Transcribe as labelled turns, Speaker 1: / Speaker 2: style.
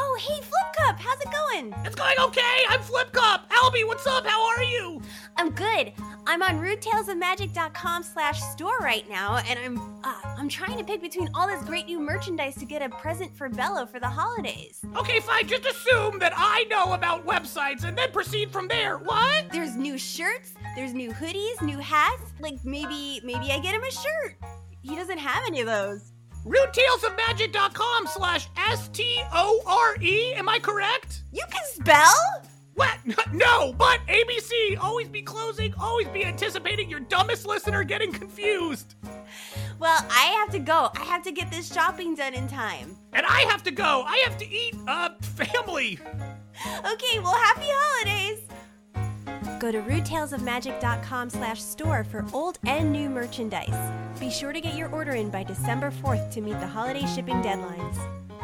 Speaker 1: Oh, hey, Flip Cup, how's it going?
Speaker 2: It's going okay. I'm Flip Cup. Albie, what's up? How are you?
Speaker 1: I'm good. I'm on RudeTalesOfMagic.com slash store right now, and I'm uh, I'm trying to pick between all this great new merchandise to get a present for Bella for the holidays.
Speaker 2: Okay, fine. Just assume that I know about websites and then proceed from there. What?
Speaker 1: There's new shirts, there's new hoodies, new hats. Like maybe maybe I get him a shirt. He doesn't have any of those.
Speaker 2: RootTalesOfMagic.com slash S-T-O-R-E. E. Am I correct?
Speaker 1: You can spell?
Speaker 2: What? No, but ABC, always be closing, always be anticipating your dumbest listener getting confused.
Speaker 1: Well, I have to go. I have to get this shopping done in time.
Speaker 2: And I have to go. I have to eat, uh, family.
Speaker 1: Okay, well, happy holidays! Go to rudetalesofmagic.com slash store for old and new merchandise. Be sure to get your order in by December 4th to meet the holiday shipping deadlines.